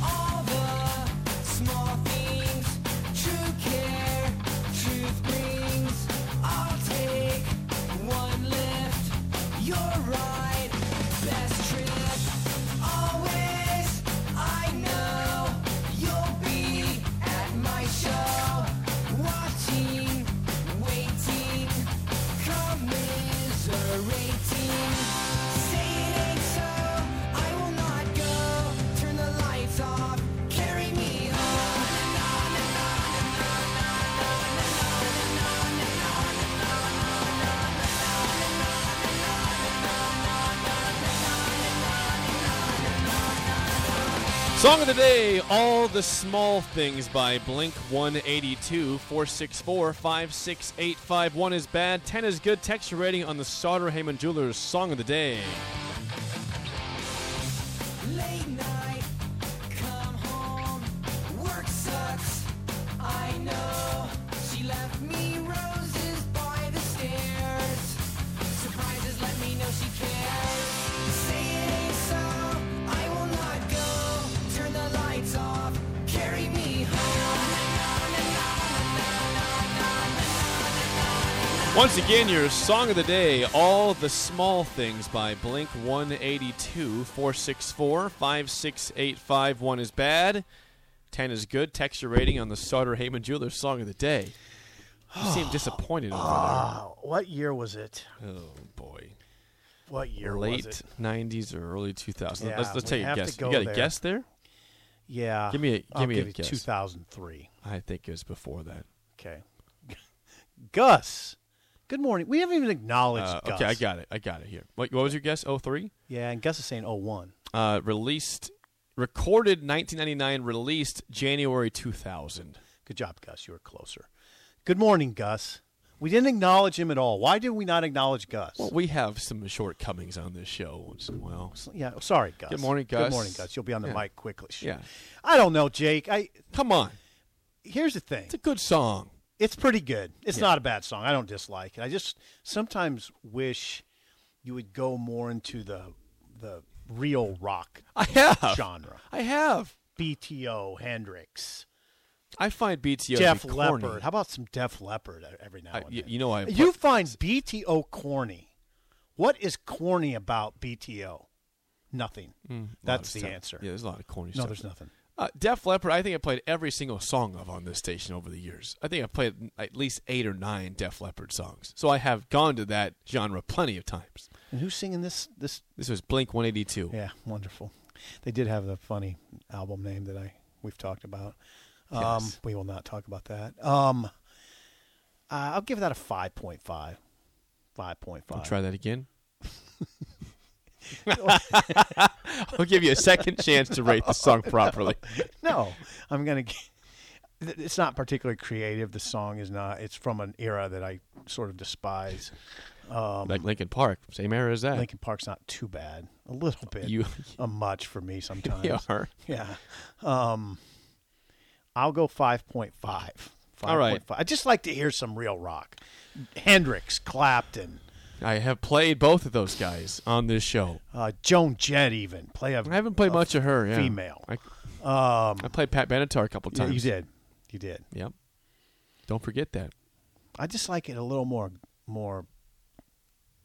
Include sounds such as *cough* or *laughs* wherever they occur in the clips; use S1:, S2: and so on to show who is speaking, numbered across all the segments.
S1: All the small things, true care, truth brings. I'll take one lift. You're right, best trip. Always, I know you'll be at my show, watching, waiting, commiserating. Say it ain't so. I will not go. Turn the lights off. Carry me home.
S2: Song of the day, All the Small Things by Blink 182 464 56851 One is bad, 10 is good. Texture rating on the Sauter Heyman Jewelers Song of the Day.
S1: Late night, come home, work sucks. I know she left me roses by the stairs. Surprises let me know she cares. Say it ain't so, I will not go. Turn the lights off, carry me home.
S2: Once again, your Song of the Day, All the Small Things by Blink 182 464 56851 One is bad, 10 is good. Texture rating on the Sauter Heyman Jewelers Song of the Day. You seem disappointed over
S3: Uh, What year was it?
S2: there. Oh, boy.
S3: What year was
S2: late
S3: it?
S2: nineties or early 2000s.
S3: Yeah,
S2: let's let's
S3: we
S2: take a
S3: have to
S2: guess.
S3: go
S2: you got
S3: there.
S2: a guess there?
S3: Yeah.
S2: Give me a-
S3: I'll
S2: give me a
S3: you
S2: guess.
S3: 2003.
S2: I think it was before that.
S3: Okay. *laughs* Gus. Good morning. We haven't even acknowledged
S2: Uh,
S3: Gus.
S2: okay, I got it. I got it here. What, what was your guess? 03?
S3: Yeah, and Gus is saying oh, 01.
S2: Uh, released, recorded 1999, released January 2000.
S3: Good job, Gus. You were closer. Good morning, Gus. We didn't acknowledge him at all. Why did we not acknowledge Gus?
S2: Well, we have some shortcomings on this show once in a while.
S3: yeah, sorry, Gus.
S2: Good morning,
S3: Good
S2: Gus.
S3: morning, Gus. You'll be on the
S2: Yeah.
S3: mic quickly. Sh-
S2: Yeah.
S3: I don't know, Jake. I
S2: Come on,
S3: here's the thing.
S2: it's a good song.
S3: It's pretty good. It's not a bad song. I don't dislike it. I just sometimes wish you would go more into the the real rock
S2: I have.
S3: genre.
S2: I have.
S3: BTO, Hendrix,
S2: I find BTO
S3: Def
S2: to be corny.
S3: Leppard. How about some Def Leppard e, every now
S2: I-
S3: and
S2: you-
S3: then?
S2: you know I-
S3: you find BTO corny. What is corny about BTO? Nothing.
S2: Mm, A lot
S3: That's
S2: of
S3: the
S2: stuff.
S3: answer.
S2: Yeah, there's a lot of corny
S3: no,
S2: stuff.
S3: there's nothing.
S2: Uh, Def Leppard, I think I played every single song of on this station over the years. I think I played at least eight or nine Def Leppard songs. So I have gone to that genre plenty of times.
S3: And who's singing this? This
S2: This was Blink 182.
S3: Yeah, wonderful. They did have the funny album name that I we've talked about. Um,
S2: Yes.
S3: We will not talk about that. Um, uh, I'll give that a five point five. Five point
S2: I'll
S3: five.
S2: try
S3: *laughs*
S2: that again. *laughs* I'll give you a second chance to rate the song properly.
S3: no, I'm gonna. g- th- It's not particularly creative. The song is not. It's from an era that I sort of despise. Um,
S2: like Lincoln Park, same era as that.
S3: Lincoln Park's not too bad. A little bit.
S2: You-
S3: *laughs* a much for *laughs* me sometimes.
S2: They *laughs* are.
S3: Yeah. Um, I'll go 5.5. 5.5.
S2: All right.
S3: I just like to hear some real rock. Hendrix, Clapton,
S2: I have played both of those guys on this show.
S3: uh, Joan Jett, even play a.
S2: I haven't played
S3: a
S2: much of her. Yeah.
S3: Female.
S2: I, um, I played Pat Benatar a couple
S3: Yeah,
S2: times.
S3: you did. You did.
S2: Yep. Don't
S3: *laughs*
S2: forget that.
S3: I just like it a little more, more,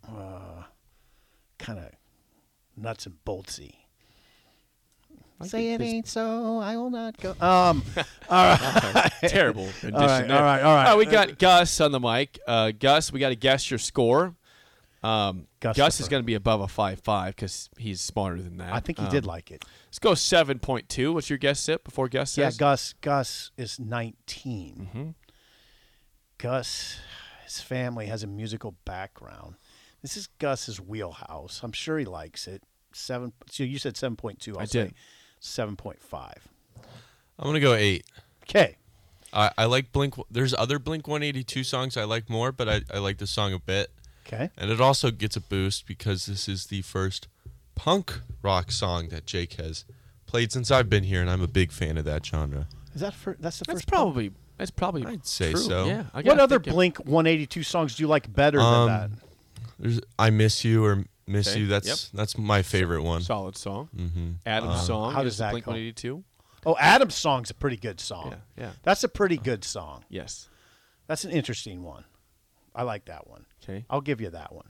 S3: uh, kind of nuts and boltsy.
S2: I
S3: Say
S2: think
S3: it
S2: this-
S3: ain't so. I will not
S2: *laughs*
S3: go. Um, *laughs*
S2: terrible rendition. Oh,
S3: all right, all right, all right.
S2: we got Gus on the mic. Uh, Gus, we got to guess your score. Um,
S3: Gus
S2: Gus,
S3: Hopper.
S2: is going to be above a five five because he's smarter than that.
S3: I think he
S2: Um,
S3: did like it.
S2: Let's go seven point two. What's your guess? Sip before Gus
S3: Yeah,
S2: says.
S3: Gus. Gus is 19
S2: Mm-hmm.
S3: Gus, his family has a musical background. This is Gus's wheelhouse. I'm sure he likes it. Seven. So you said seven point two.
S2: I did.
S3: Seven point five.
S4: I'm gonna go eight.
S3: Okay.
S4: I, I like Blink. There's other Blink 182 songs I like more, but I, I like this song a bit.
S3: Okay.
S4: And it also gets a boost because this is the first punk rock song that Jake has played since I've been here, and I'm a big fan of that genre.
S3: Is that for, that's the
S2: That's
S3: first?
S2: probably that's probably
S4: I'd say
S2: true.
S4: so.
S2: Yeah. I
S3: What
S2: gotta
S3: other
S2: think of-
S3: Blink 182 songs do you like better
S4: Um,
S3: than that?
S4: There's I miss you or miss
S2: Okay,
S4: you. That's that's my favorite one.
S2: solid song? Mm-hmm. Adam's song.
S3: Um, how does
S2: is
S3: that
S2: Blink
S3: go?
S2: One Eighty Two?
S3: Oh, Adam's song's a pretty good song.
S2: Yeah, yeah.
S3: That's a pretty good song.
S2: Yes.
S3: That's an interesting one. I like that one.
S2: Okay.
S3: I'll give you that one.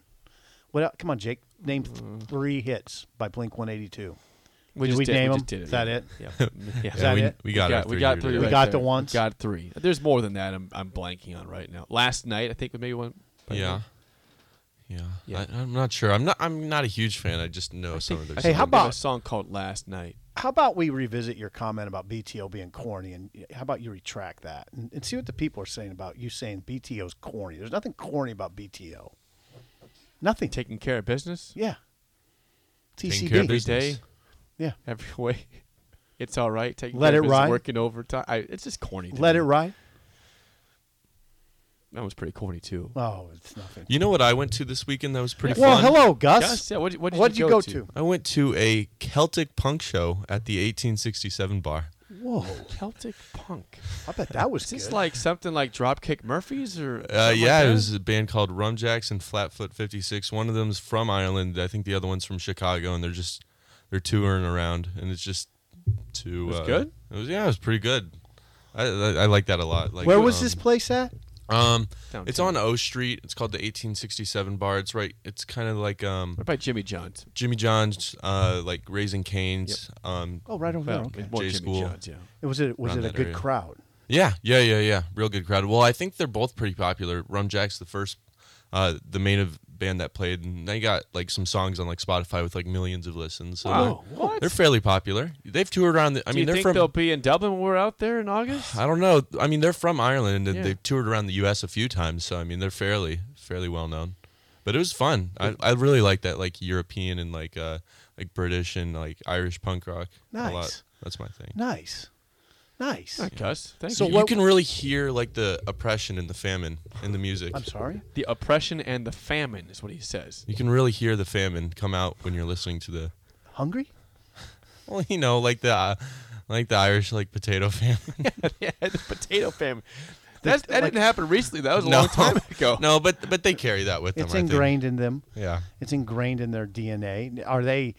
S3: What? el- Come on, Jake. Name th- three hits by Blink 182.
S2: Mm. We
S3: Did
S2: just
S3: we
S2: did,
S3: name 'em?
S2: we just did it.
S3: Is that it?
S2: Yeah. *laughs* yeah.
S4: Yeah,
S3: that
S4: we,
S3: it?
S4: we got, our
S2: we got
S4: three
S2: three.
S4: here
S3: We
S4: today.
S3: got
S2: right
S3: the
S2: there.
S3: ones?
S2: Got three. There's more than that. I'm I'm blanking on right now. Last night I think was maybe one. but-
S4: Yeah. Yeah,
S2: Yeah.
S4: I, I'm not sure. I'm not. I'm not a huge fan. I just know some of their.
S3: Hey, how
S4: songs.
S2: They have a
S3: about-
S2: song called Last Night?
S3: How about we revisit your comment about BTO being corny, and how about you retract that and, and see what the people are saying about you saying BTO's corny? There's nothing corny about BTO. Nothing.
S2: Taking care of business
S3: yeah.
S4: Taking care of
S3: TCB.
S4: business.
S2: every day,
S3: Yeah.
S2: every *laughs* way. It's all right. Taking
S3: Let
S2: care
S3: it
S2: of business,
S3: ride.
S2: Working overtime. I, it's just corny. to
S3: Let
S2: me.
S3: it ride.
S2: That was pretty corny too.
S3: Oh, it's nothing.
S4: You know what I went to this weekend? That was pretty
S3: Well,
S4: fun.
S3: hello, Gus.
S2: Gus, yeah, what, what did
S3: What'd
S2: you go, to?
S4: I went to a Celtic punk show at the 1867 bar.
S3: Whoa,
S2: Celtic punk.
S3: I bet that was
S2: *laughs* Is this
S3: good.
S2: like something like Dropkick Murphys or? something
S4: Uh,
S2: like
S4: yeah,
S2: that?
S4: it was a band called Rumjacks and Flatfoot 56. One of them's from Ireland. I think the other one's from Chicago, and they're just they're touring around, and it's just too.
S2: It was
S4: uh,
S2: good?
S4: It was yeah, it was pretty good. I, I, I like that a lot. Like
S3: Where was
S4: um,
S3: this place at?
S4: Um, it's
S2: Downtown.
S4: on O Street. It's called the 1867 bar. It's right. It's kind of like um
S2: What about Jimmy John's?
S4: Jimmy John's, uh, like Raising Canes. Um,
S3: Oh, right over
S2: Well,
S3: there.
S2: it's more
S4: J
S2: Jimmy
S4: School.
S2: John's, yeah.
S3: Okay. Was it was
S4: around
S3: it a
S4: that
S3: good
S4: area.
S3: crowd?
S4: Yeah, yeah, yeah, yeah. Real good crowd. Well, I think they're both pretty popular. Rum Jack's the first, uh, the main of band that played, and they got like some songs on like Spotify with like millions of listens. So
S2: Wow,
S4: they're,
S2: what?
S4: they're fairly popular. They've toured around. The, I
S2: Do
S4: mean,
S2: you
S4: they're
S2: think
S4: from.
S2: they'll be in Dublin when we're out there in August?
S4: I don't know. I mean, they're from Ireland, and
S2: Yeah.
S4: they've toured around the U.S. a few times. So I mean, they're fairly fairly well known. But it was fun. I, I really like that like European and like uh like British and like Irish punk rock. A lot.
S3: Nice.
S4: That's my thing.
S3: Nice, nice.
S2: All right, Gus, thank
S3: So
S2: you.
S4: you
S3: what-
S4: can really hear like the oppression and the famine in the music.
S3: I'm sorry.
S2: The oppression and the famine is what he
S4: *laughs*
S2: says.
S4: You can really hear the famine come out when you're listening to the,
S3: Hungry?
S4: well, you know, like the, uh, like the Irish like potato *laughs* famine.
S2: yeah, the potato famine. That's, that didn't happen recently. That was a
S4: No.
S2: long time ago.
S4: no, but but they carry that with
S3: It's
S4: them. I think.
S3: ingrained in them.
S4: Yeah.
S3: It's ingrained in their DNA. Are they